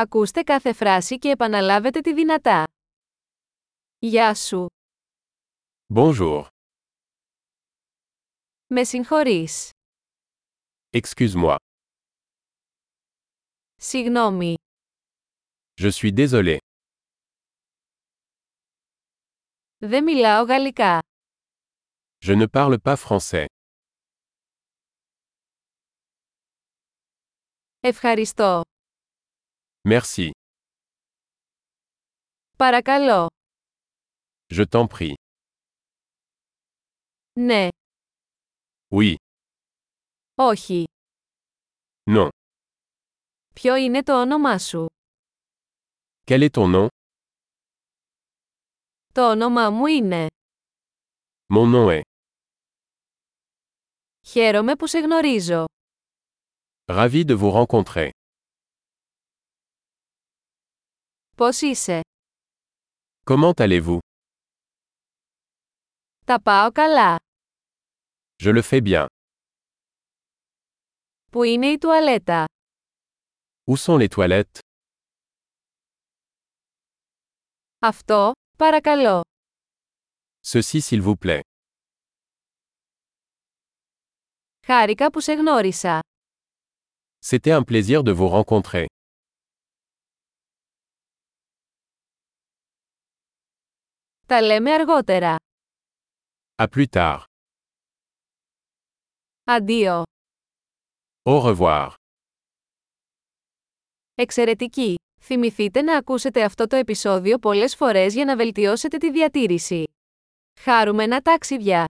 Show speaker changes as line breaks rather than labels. Ακούστε κάθε φράση και επαναλάβετε τη δυνατά. Γεια σου.
Bonjour.
Με συγχωρείς.
Excuse-moi.
Συγγνώμη.
Je suis désolé.
Δεν μιλάω γαλλικά.
Je ne parle pas français.
Ευχαριστώ.
Merci.
Παρακαλώ.
Je t'en prie.
Ναι.
Oui.
Όχι.
Non.
Ποιο είναι το όνομά σου.
Quel est ton nom
Το όνομά μου είναι.
Mon nom est.
Χαίρομαι που σε γνωρίζω.
Ravi de vous rencontrer.
Πώς είσαι.
Comment allez-vous
Τα πάω καλά.
Je le fais bien.
Πού είναι η τουαλέτα.
Où sont les toilettes
Αυτό, παρακαλώ.
Ceci s'il vous plaît.
Χάρηκα που σε γνώρισα.
C'était un plaisir de vous rencontrer.
Τα λέμε αργότερα.
À plus tard.
Αντίο.
Au revoir.
Εξαιρετική! Θυμηθείτε να ακούσετε αυτό το επεισόδιο πολλές φορές για να βελτιώσετε τη διατήρηση. Χάρουμενα ταξίδια!